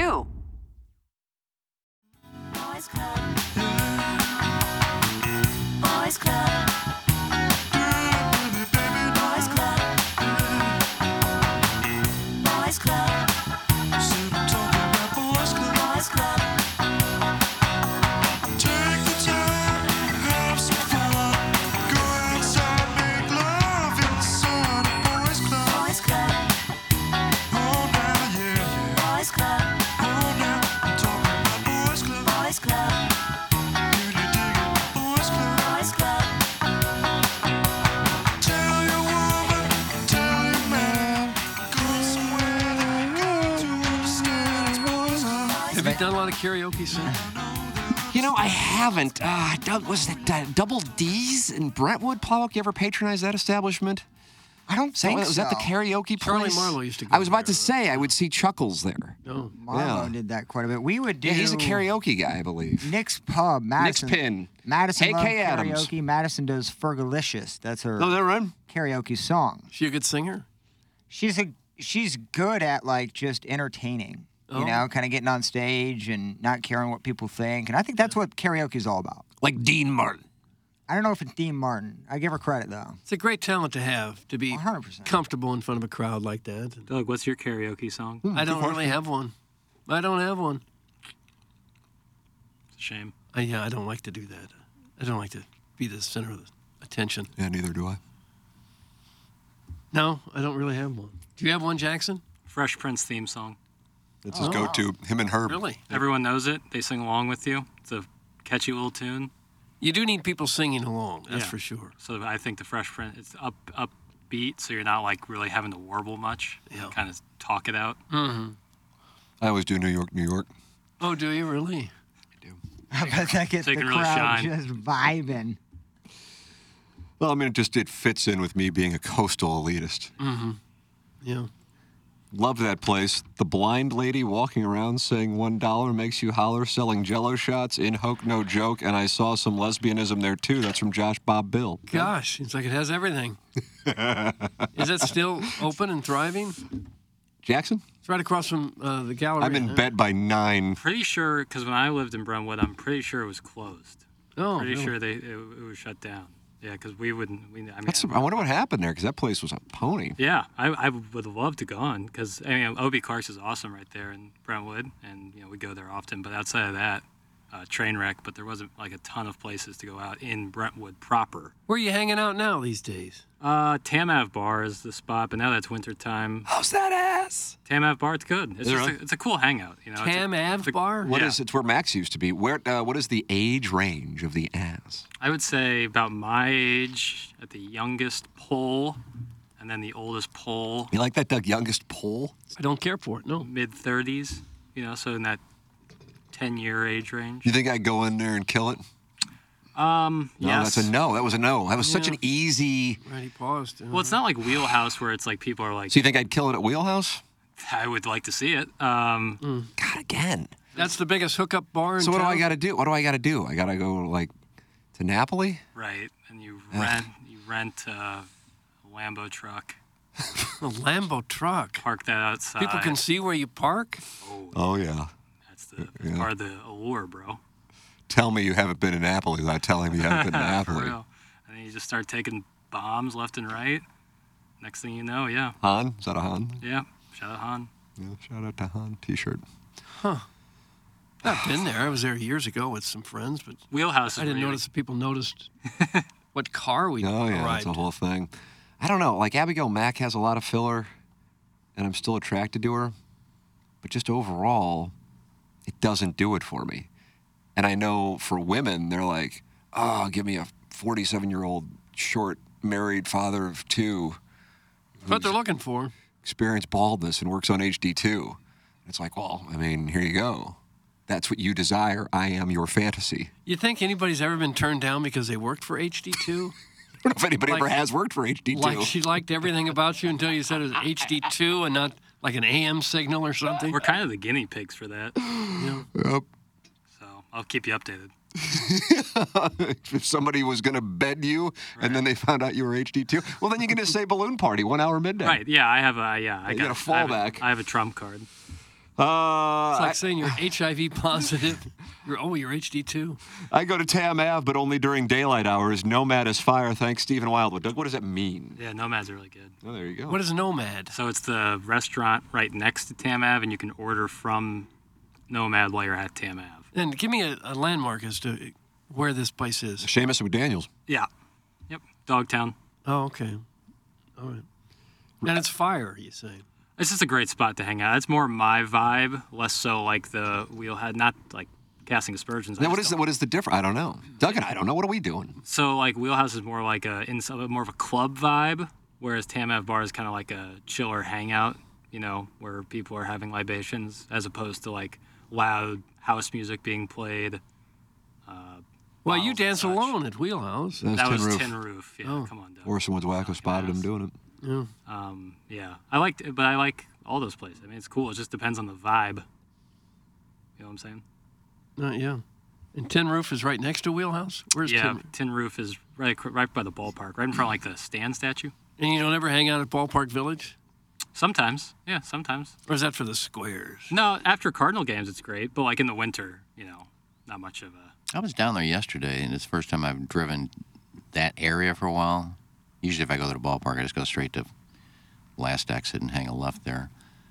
Ew. Boys Club. Boys Club. Boys Club. Boys Club. Boys Club. Take the time, have some fun. Go outside, make love in the sun. Boys Club. Boys Club. Oh, now, yeah. Boys Club. Oh, now, I'm talking about Boys Club. Boys Club. Boys Club. Boys Club. Tell your woman, tell your man, go somewhere they got to understand. It's Boys Club. Have you done a lot of karaoke, sir? You know, I haven't. Uh, dou- was that uh, Double D's in Brentwood, Pollock? You ever patronize that establishment? I don't Is that, think Oh, was that the so. karaoke Charlie place? Marlowe used to go I was about there. to Oh. say I would see Chuckles there. No. Marlo Yeah. did that quite a bit. We would do. Yeah, he's a karaoke guy, I believe. Nick's Pub, Madison. Pin. Madison AK loves karaoke. Adams. Madison does Fergalicious. That's her No, that run. karaoke song. She a good singer? She's a she's good at like just entertaining. Oh. You know, kind of getting on stage and not caring what people think. And I think that's what karaoke's all about. Like Dean Martin. I don't know if it's Dean Martin. I give her credit though. It's a great talent to have to be 100%. comfortable in front of a crowd like that. Doug, what's your karaoke song? I don't really have one. I don't have one. It's a shame. I, yeah, I don't like to do that. I don't like to be the center of the attention. Yeah, neither do I. No, I don't really have one. Do you have one, Jackson? Fresh Prince theme song. That's his go-to. Him and Herb. Really? Everyone knows it. They sing along with you. It's a catchy little tune. You do need people singing along. That's Yeah. for sure. So I think the Fresh Prince it's up upbeat, so you're not like really having to warble much. Yeah. Hmm. Kind of talk it out. I always do New York, New York. Oh, do you really? I bet that gets They the can really crowd shine. just vibing. Well, I mean, it just it fits in with me being a coastal elitist. Yeah. Love that place. The blind lady walking around saying one dollar makes you holler, selling Jello shots in Hoke No Joke, and I saw some lesbianism there too. That's from Josh Bob Bill. Gosh, it's like it has everything. Is that still open and thriving? Jackson, It's right across from uh, the gallery. I'm in huh? bed by nine. Pretty sure, because when I lived in Brentwood, I'm pretty sure it was closed. Oh, pretty really? sure they it, it was shut down. Yeah, because we wouldn't. We, I mean, That's. I- I wonder what happened there because that place was a pony. Yeah, I, I would love to go on because I mean Obie Clark's is awesome right there in Brentwood, and you know we go there often. But outside of that, uh, train wreck. But there wasn't like a ton of places to go out in Brentwood proper. Where are you hanging out now these days? Uh, Tamav Bar is the spot, but now that's winter time. How's that ass? Tamav Bar, it's good. It's it just really? a, it's a cool hangout. You know, It's a- Tam it's a- Ave Bar? What is Yeah. It's where Max used to be. Where? Uh, what is the age range of the ass? I would say about my age at the youngest pole, and then the oldest pole You like that, Doug? Youngest pole. I don't care for it. No. mid 30s. You know, so in that 10 year age range. You think I'd go in there and kill it? Um, No, yes. that's a no. That was a no. That was such an easy. Right, he paused. Well, it's not like Wheelhouse where it's like people are like, So you think I'd kill it at Wheelhouse? I would like to see it. Um, Mm. God, again. That's the biggest hookup bar in So what do town? I got to do? What do I got to do? I got to go like to Napoli. Right, and you rent you rent uh, a Lambo truck, A Lambo truck. park that outside. People can see where you park. Oh yeah. That's the part of the allure, bro. Tell me you haven't been in Napoli without telling me you haven't been in For Napoli. real. And then you just start taking bombs left and right. Next thing you know, yeah, Han, is that a Han? yeah. Shout out Han. Yeah, shout out to Han T-shirt. Huh. I've been there. I was there years ago with some friends, but Wheelhouse. Is I didn't where you- notice that people noticed what car we Oh yeah, that's arrived. a whole thing. I don't know. Like Abigail Mack has a lot of filler, and I'm still attracted to her, but just overall, it doesn't do it for me. And I know for women, they're like, "Oh, give me a 47-year-old short married father of two, That's what they're looking for. experienced baldness, and works on HD2." It's like, well, I mean, here you go. That's what you desire. I am your fantasy. You think anybody's ever been turned down because they worked for HD2? I don't know if anybody Like- ever has worked for HD2. like she liked everything about you until you said it was HD2 and not like an AM signal or something? We're kind of the guinea pigs for that. Yep. So I'll keep you updated. if somebody was going to bed you and then they found out you were HD2, well, then you can just say balloon party, one hour midnight. Right? Yeah, I have a yeah. I You got a I have fallback. I have a trump card. Uh, it's like saying you're HIV positive. You're oh, you're HD2. I go to Tam Ave, but only during daylight hours. Nomad is fire. Thanks, Stephen Wildwood. Doug, what does that mean? Yeah, Nomad's really good. Oh, there you go. What is Nomad? So it's the restaurant right next to Tam Ave, and you can order from Nomad while you're at Tam Ave. And give me a, a landmark as to where this place is. Seamus McDaniels. Yeah. Yep. Dogtown. Oh, okay. All right. And it's fire, you say. It's just a great spot to hang out. It's more my vibe, less so like the wheelhead, not like casting aspersions. I Now, what just is the, what is the difference? I don't know. Doug and I don't know. What are we doing? So like Wheelhouse is more like a in more of a club vibe, whereas Tamav Bar is kind of like a chiller hangout, you know, where people are having libations as opposed to like loud house music being played. Well, Bottles you and dance such. alone at Wheelhouse. That's that Tin was Roof. Tin Roof. Yeah, come on. Doug. Orson Woods Wacko spotted him doing it. Um, yeah, I liked, it, but I like all those places. I mean, it's cool. It just depends on the vibe. You know what I'm saying? Uh, yeah. And Tin Roof is right next to Wheelhouse. Where's yeah, Tin? Tin Roof is right acro- right by the ballpark, right in front of like the stand statue. And you don't ever hang out at Ballpark Village, Sometimes, yeah, sometimes. or is that for the squares? No, after Cardinal games, it's great, but like in the winter, you know, not much of a. I was down there yesterday, and it's the first time I've driven that area for a while. Usually, if I go to the ballpark, I just go straight to last exit and hang a left there.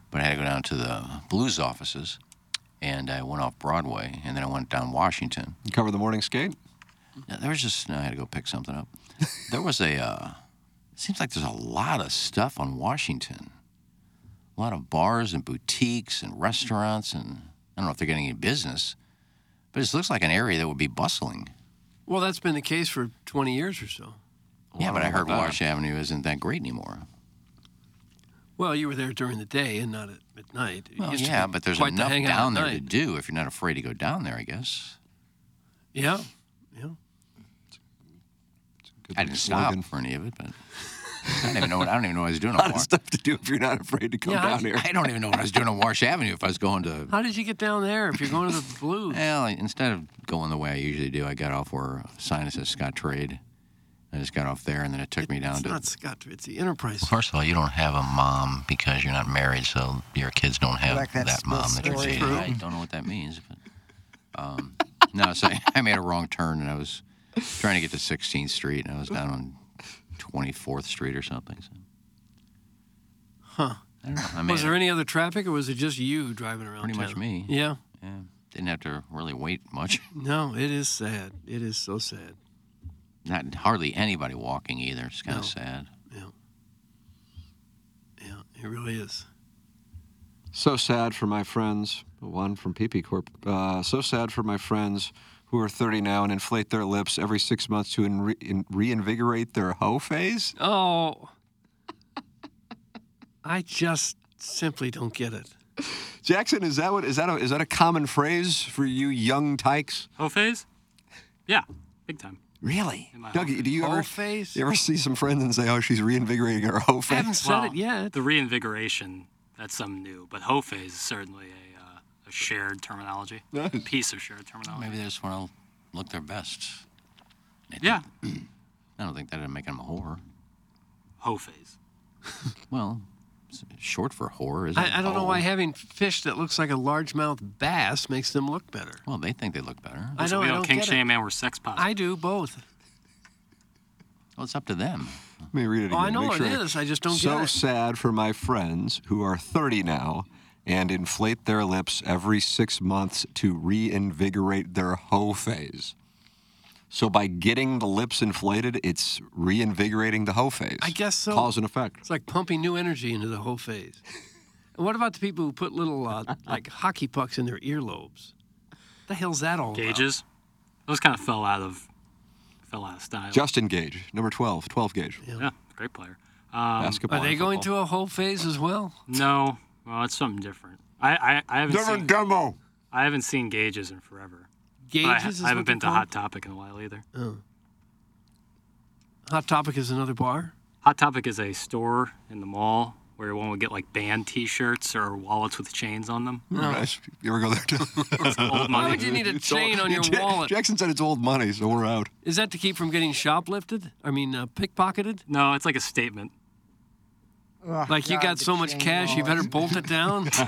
But I had to go down to the Blues offices, and I went off Broadway, and then I went down Washington. You cover the morning skate? Now, there was just no, I had to go pick something up. There was a. Uh, it seems like there's a lot of stuff on Washington. A lot of bars and boutiques and restaurants and I don't know if they're getting any business, but it looks like an area that would be bustling. Well, that's been the case for 20 years or so. yeah, but I heard about Wash Avenue isn't that great anymore. Well, you were there during the day and not at, at night. It Well, used to yeah, be but there's quite the enough hangout down at there to night. do if you're not afraid to go down there. I guess Yeah, yeah. I didn't stop Slogan. for any of it, but I don't even know. What, I don't even know what I was doing A on lot of Wash. stuff to do if you're not afraid to come Yeah, I- down here. I don't even know what I was doing on Wash Avenue if I was going to How did you get down there if you're going to the Blues? Well, I- instead of going the way I usually do, I got off where a sign that says Scott Trade. I just got off there, and then it took me down it's to. not Scott. It's the Enterprise. First of all, you don't have a mom because you're not married, so your kids don't have Like that that school mom that you're story. dating. I don't know what that means, but um, no. So I, I made a wrong turn, and I was trying to get to 16th Street, and I was down on 24th Street or something. So. Huh? I don't know. I made Was it. there any other traffic, or was it just you driving around? Pretty much town? me. Yeah. Yeah, didn't have to really wait much. No, it is sad. It is so sad. Not hardly anybody walking either. It's kind No. of sad. Yeah, it really is. So sad for my friends. One from PP Corp. Uh, so sad for my friends who are 30 now and inflate their lips every six months to enre- in- reinvigorate their hoe phase. Oh, I just simply don't get it. Jackson, is that what is that a, is that a common phrase for you young tykes? Whole phase? Yeah, big time. Really, In my Doug? hoe Do you Whole ever face. you ever see some friends and say, "Oh, she's reinvigorating her hoe I phase"? haven't said it yet. The reinvigoration, that's something new, but whole phase is certainly a, uh, a shared terminology, a piece of shared terminology. Maybe they just want to look their best. Yeah, I don't think that'd make them a whore. whole phase. Well, it's short for whore, isn't it? I, I don't know why Hoe. having fish that looks like a largemouth bass makes them look better. Well, they think they look better. I don't, we I don't don't kink get shame, it. man. We're sex positive. I do both. Well, it's up to them. Let me read it again. Oh, I know Make it sure is. I just don't so get it. sad for my friends who are 30 now and inflate their lips every six months to reinvigorate their hoe phase. So by getting the lips inflated, it's reinvigorating the hoe phase. I guess so. Cause and effect. It's like pumping new energy into the whole phase. And what about the people who put little uh, like hockey pucks in their earlobes? The hell's that all about? Gauges. Those kind of fell out of fell out of style. Justin Gage, number 12, 12 gauge. yeah, great player. Um, Basketball Are they going through a whole phase as well? No, well, it's something different. I I, I haven't seen, demo. I haven't seen gauges in forever. But I, Gauges. is I haven't what they're been to called? Hot Topic in a while either. Hot Topic is another bar. Hot Topic is a store in the mall where one would get like band T-shirts or wallets with chains on them. Nice. You ever go there too? Old Why money. would you need a chain on your Ja- wallet? Jackson said it's old money, so we're out. Is that to keep from getting shoplifted? I mean, uh, pickpocketed? No, it's like a statement. Oh, Like you got so much cash, you better bolt it down. That's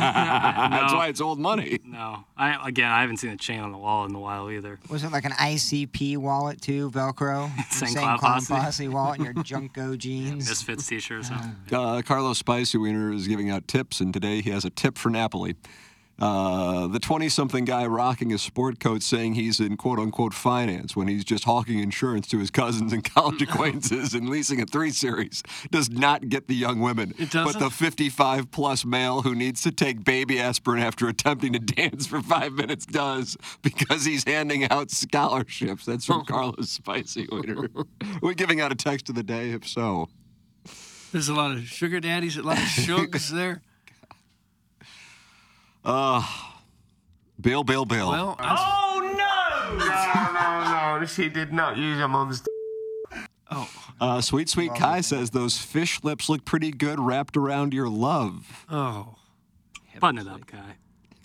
why it's old money. No, I again, I haven't seen a chain on the wall in a while either. Was it like an ICP wallet too, Velcro? Saint Saint Cloud Cloud Posse. wallet, and your Junko jeans. Misfits T-shirt or something. Uh, Carlos Spiceweiner is giving out tips, and today he has a tip for Napoli. Uh, the 20 something guy rocking a sport coat saying he's in quote unquote finance when he's just hawking insurance to his cousins and college acquaintances and leasing a three series does not get the young women. It But doesn't? the 55 plus male who needs to take baby aspirin after attempting to dance for five minutes does because he's handing out scholarships. That's from Carlos Spiceweiner. We're giving out a text of the day, if so. There's a lot of sugar daddies, a lot of shugs there. Bill, Bill, Bill. Well, I, no, no, she did not use your mum's. Uh, sweet, sweet Kai says those fish lips look pretty good wrapped around your love. oh, Button it up, guy.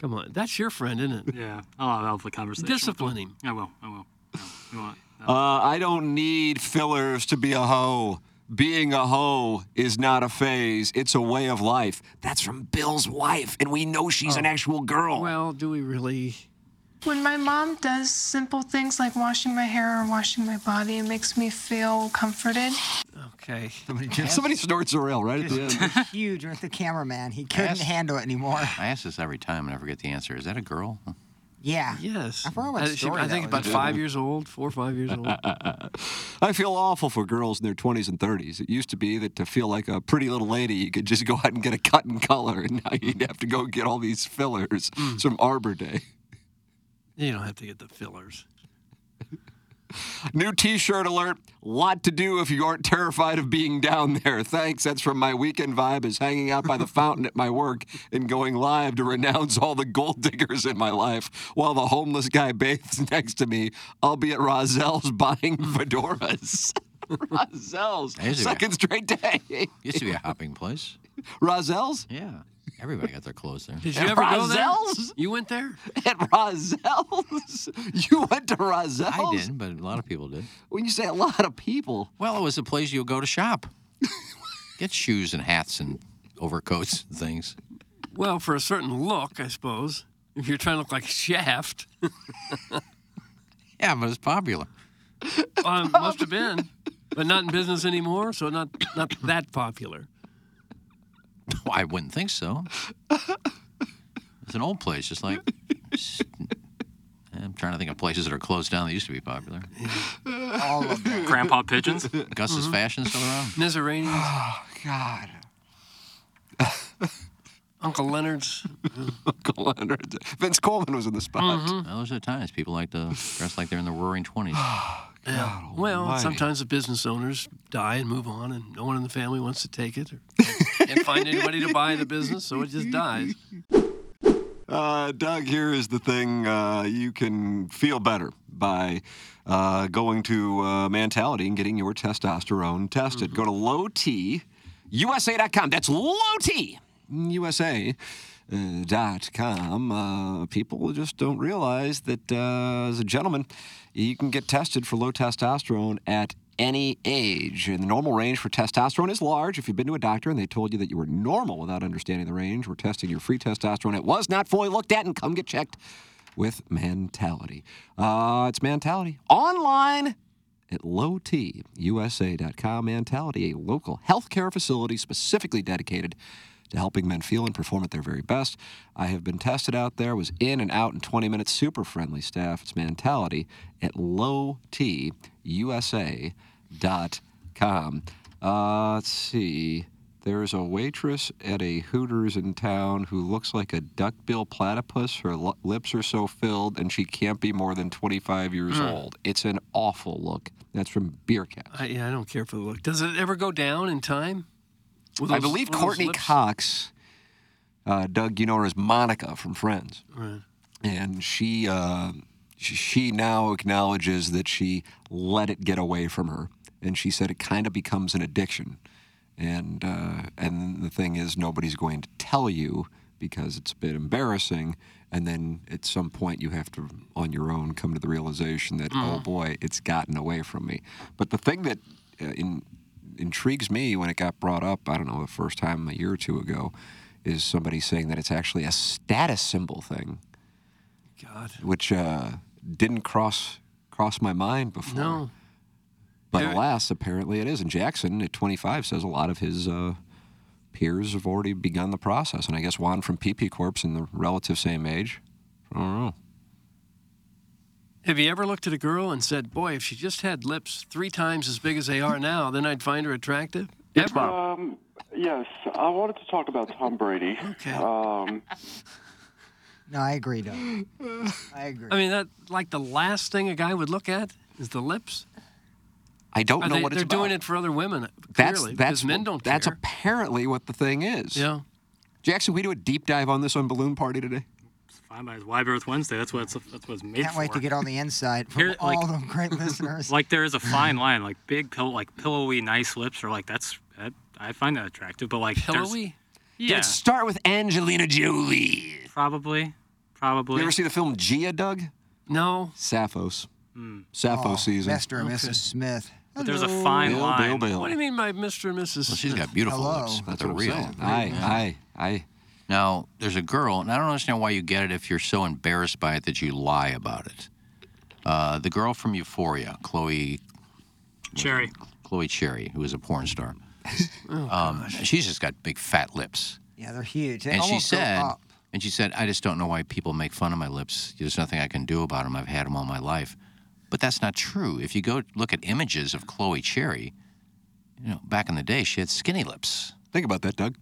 come on, that's your friend, isn't it? Yeah, I'll have helpful conversation. Discipline him. I will. I will. I will. Uh, I don't need fillers to be a hoe. Being a hoe is not a phase; it's a way of life. That's from Bill's wife, and we know she's an actual girl. Well, do we really? When my mom does simple things like washing my hair or washing my body, it makes me feel comforted. Okay. Somebody just, Somebody snorts a rail right at the end. huge with the cameraman. He couldn't Yes. handle it anymore. I ask this every time and I forget the answer. Is that a girl? Yeah. Yes. I forgot what Uh, she- story I that think was. about five years old, four or five years old. I feel awful for girls in their 20s and 30s. It used to be that to feel like a pretty little lady, you could just go out and get a cut and color, and now you'd have to go get all these fillers It's from Arbor Day. you don't have to get the fillers. New T-shirt alert. Lot to do if you aren't terrified of being down there. Thanks. That's from my weekend vibe is hanging out by the fountain at my work and going live to renounce all the gold diggers in my life while the homeless guy bathes next to me. I'll be at Rozelle's buying Hmm. fedoras. Rozelle's There's a guy. second straight day. Used to be a hopping place. Rozelle's Yeah. Everybody got their clothes there. Did you ever go there? Rozelle's? You went there? at Rozelle's. You went to Rozelle's. I didn't, but a lot of people did. When you say a lot of people, Well, it was a place you would go to shop. Get shoes and hats and overcoats and things. Well, for a certain look, I suppose. If you're trying to look like Shaft, Yeah, but it's popular. um, must have been, but not in business anymore, so not not that popular. Well, I wouldn't think so. It's an old place, just like. I'm trying to think of places that are closed down that used to be popular. All of them. Grandpa pigeons. Gus's Fashion still around? Nizaranians, God. Uncle Leonard's. Uncle Leonard. Vince Coleman was in the spot. Well, those are the times people like to dress like they're in the roaring 20s. Well, sometimes the business owners die and move on, and no one in the family wants to take it or can't find anybody to buy the business, so it just dies. Uh, Doug, here is the thing uh, you can feel better by uh, going to uh, Mentality and getting your testosterone tested. Go to lowtusa.com. That's lowtusa.com. Uh, people just don't realize that uh, as a gentleman, you can get tested for low testosterone at any age. And the normal range for testosterone is large. If you've been to a doctor and they told you that you were normal without understanding the range, we're testing your free testosterone. It was not fully looked at, and come get checked with Mentality. Uh, it's Mentality. Online at lowtusa.com. Mentality, a local healthcare facility specifically dedicated to helping men feel and perform at their very best. I have been tested out there, was in and out in 20 minutes, super friendly staff. It's mentality at lowtusa.com. Uh, let's see. There's a waitress at a Hooters in town who looks like a duckbill platypus. Her l- lips are so filled, and she can't be more than 25 years Mm. old. It's an awful look. That's from Beer Cat. I, yeah, I don't care for the look. Does it ever go down in time? With I those- believe with those Courtney lips? Cox, uh, Doug, you know her as Monica from Friends, Right. and she uh, sh- she now acknowledges that she let it get away from her, and she said it kind of becomes an addiction, and uh, and the thing is nobody's going to tell you because it's a bit embarrassing, and then at some point you have to on your own come to the realization that oh boy it's gotten away from me. But the thing that uh, in intrigues me when it got brought up, I don't know, the first time a year or two ago, is somebody saying that it's actually a status symbol thing, God. which uh, didn't cross cross my mind before. No. But alas, apparently it is. And Jackson at 25 says a lot of his uh, peers have already begun the process. And I guess Juan from PP Corp's in the relative same age. I don't know. Have you ever looked at a girl and said, "Boy, if she just had lips three times as big as they are now, then I'd find her attractive"? Ever? Um, yes, I wanted to talk about Tom Brady. Okay. Um, No, I agree, Doug. I agree. I mean, that like the last thing a guy would look at is the lips. I don't Are know they, what it's they're doing about. it for other women. That's Clearly, that's because men what- don't That's care. apparently what the thing is. Yeah. Jackson, we do a deep dive on this on Balloon Party today. Fine by Live Earth Wednesday. That's what it's, that's what it's made Can't for. wait to get all the insight from Here, like- all the great listeners. like there is a fine line, like big, pill- like pillowy, nice lips, or like that's that, I find that attractive. But like there's- Pillowy? yeah, Let's start with Angelina Jolie. probably, probably. You ever see the film Gia, Doug? No. Sappho's. Mm. Oh, Sappho season. Mr. Oh, and Mrs. Smith. But there's a fine Bill, line. Bill, Bill. What do you mean by Mr. and Mrs. Well, she's got beautiful Hello. lips, but That's they're what I'm real. saying. I, I, I. Now, there's a girl, and I don't understand why you get it if you're so embarrassed by it that you lie about it. Uh, the girl from Euphoria, Chloe Cherry. Chloe Cherry, who is a porn star. um, she's just got big fat lips. Yeah, they're huge. They and she almost go said, up. and she said, I just don't know why people make fun of my lips. There's nothing I can do about them. I've had them all my life. But that's not true. If you go look at images of Chloe Cherry, you know, back in the day, she had skinny lips. Think about that, Doug.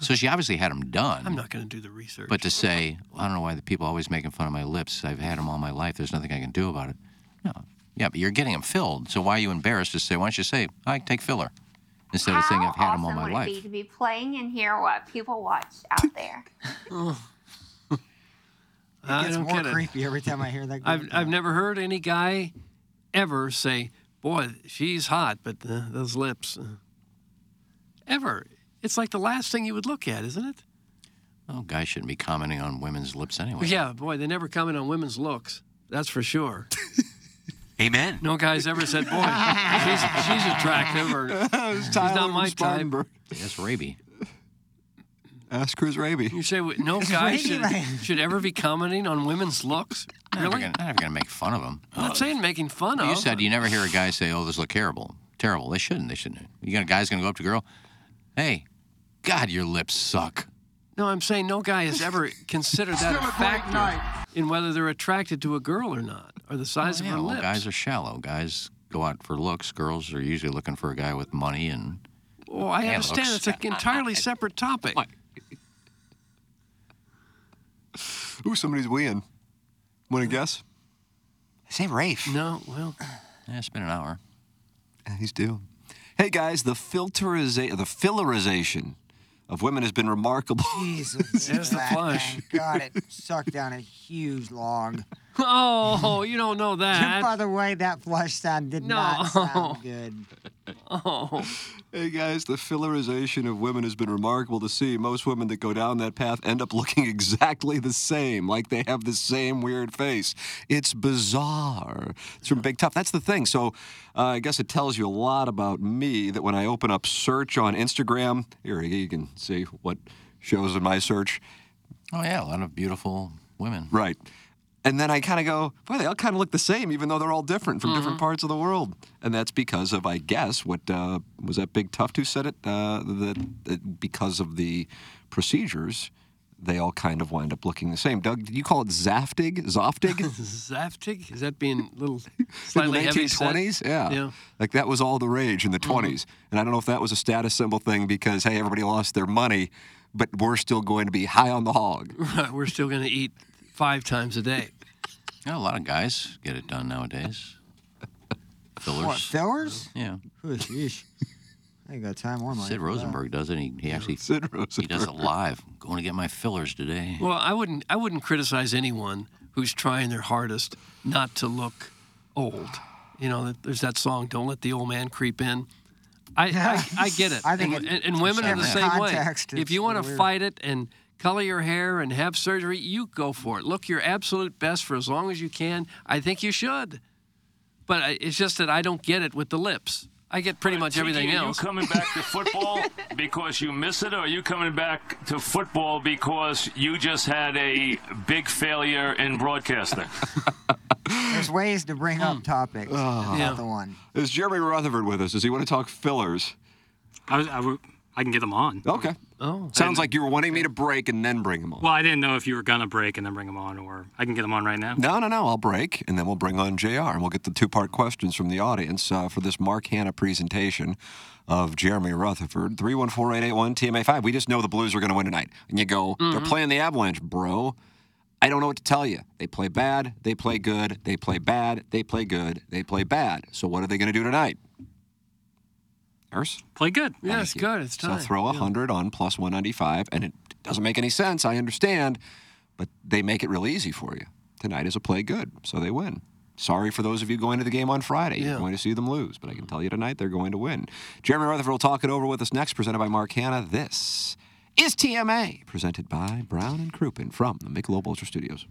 So she obviously had them done. I'm not going to do the research. But to say, I don't know why the people are always making fun of my lips. I've had them all my life. There's nothing I can do about it. No. Yeah, but you're getting them filled. So why are you embarrassed to say, why don't you say, I take filler? Instead of saying, I've had them all my would it be life. to be playing and hear what people watch out there? I It's don't more get it. creepy every time I hear that. I've I've never heard any guy ever say, "Boy, she's hot," but uh, those lips. uh," ever. It's like the last thing you would look at, isn't it? Oh, guys shouldn't be commenting on women's lips anyway. Yeah, boy, they never comment on women's looks. That's for sure. Amen. No guy's ever said, "Boy, she's, she's attractive," or "She's not my type." That's Raby. Ask Cruz Raby. You say "Wait, no It's guy Raby, should, man. should ever be commenting on women's looks. I'm Really? never going to make fun of them. I'm not saying making fun of. Oh. You said you never hear a guy say, "Oh, this look terrible, terrible." They shouldn't. They shouldn't. You got a guy's gonna go up to a girl, "Hey, God, your lips suck." No, I'm saying no guy has ever considered that a factor in whether they're attracted to a girl or not, or the size of Oh, Yeah, her well, lips. guys are shallow. Guys go out for looks. Girls are usually looking for a guy with money and. Oh, I and understand. looks. It's an entirely separate topic. Ooh, somebody's weeing. Want to guess? Say Rafe. No, well. Yeah, it's been an hour. He's due. Hey guys, the filteriza- the fillerization of women has been remarkable. Jesus. There's the flush. God, it sucked down a huge log. Oh, you don't know that. By the way, that flush sound did No. not sound good. Oh. Hey guys, the fillerization of women has been remarkable to see. Most women that go down that path end up looking exactly the same, like they have the same weird face. It's bizarre. It's from Big Tough. That's the thing. So uh, I guess it tells you a lot about me that when I open up search on Instagram, here you can see what shows in my search. Oh yeah, a lot of beautiful women. Right. And then I kind of go, boy, they all kind of look the same, even though they're all different from Mm-hmm. different parts of the world. And that's because of, I guess, what uh, was that Big Tuft who said it? Uh, that, that because of the procedures, they all kind of wind up looking the same. Doug, did you call it Zaftig? Zoftig? Zaftig? Is that being a little slightly in the heavy? set? 1920s? Yeah. Yeah. Mm-hmm. Like that was all the rage in the 20s. And I don't know if that was a status symbol thing because, hey, everybody lost their money, but we're still going to be high on the hog. Right, We're still going to eat five times a day. Yeah, a lot of guys get it done nowadays. Fillers. What, fillers? Yeah. Yeesh. I ain't got time or money. Sid for that. Rosenberg does it. He, he actually he does it live. Going to get my fillers today. Well, I wouldn't. I wouldn't criticize anyone who's trying their hardest not to look old. You know, that- there's that song, "Don't Let the Old Man Creep In." I I, I get it. I think and, it- and, and women are the every same context, way. If it's you want to weird. fight it and color your hair and have surgery, you go for it. Look your absolute best for as long as you can. I think you should. But I, it's just that I don't get it with the lips. I get pretty much Tiki, everything are else. you coming back to football because you miss it, or are you coming back to football because you just had a big failure in broadcasting? There's ways to bring Hmm. up topics. That's not the one. Is Jeremy Rutherford with us? Does he want to talk fillers? I, was- I, w- I can get them on. Okay. Oh. Sounds like you were wanting me to break and then bring him on. Well, I didn't know if you were gonna break and then bring them on, or I can get them on right now. No, no, no. I'll break, and then we'll bring on JR, and we'll get the two part questions from the audience uh, for this Mark Hanna presentation of Jeremy Rutherford. 314881 TMA5. We just know the Blues are going to win tonight. And you go, they're Mhm. playing the Avalanche, bro. I don't know what to tell you. They play bad, they play good, they play bad, they play good, they play bad. So what are they going to do tonight? Nurse? Play good. Yeah, it's good. It's time. So throw a 100 on plus 195, and it doesn't make any sense. I understand, but they make it really easy for you. Tonight is a play good, so they win. Sorry for those of you going to the game on Friday. You're going to see them lose, but I can tell you tonight they're going to win. Jeremy Rutherford will talk it over with us next, presented by Mark Hanna. This is TMA, presented by Brown and Crouppen from the Michelob Ultra Studios.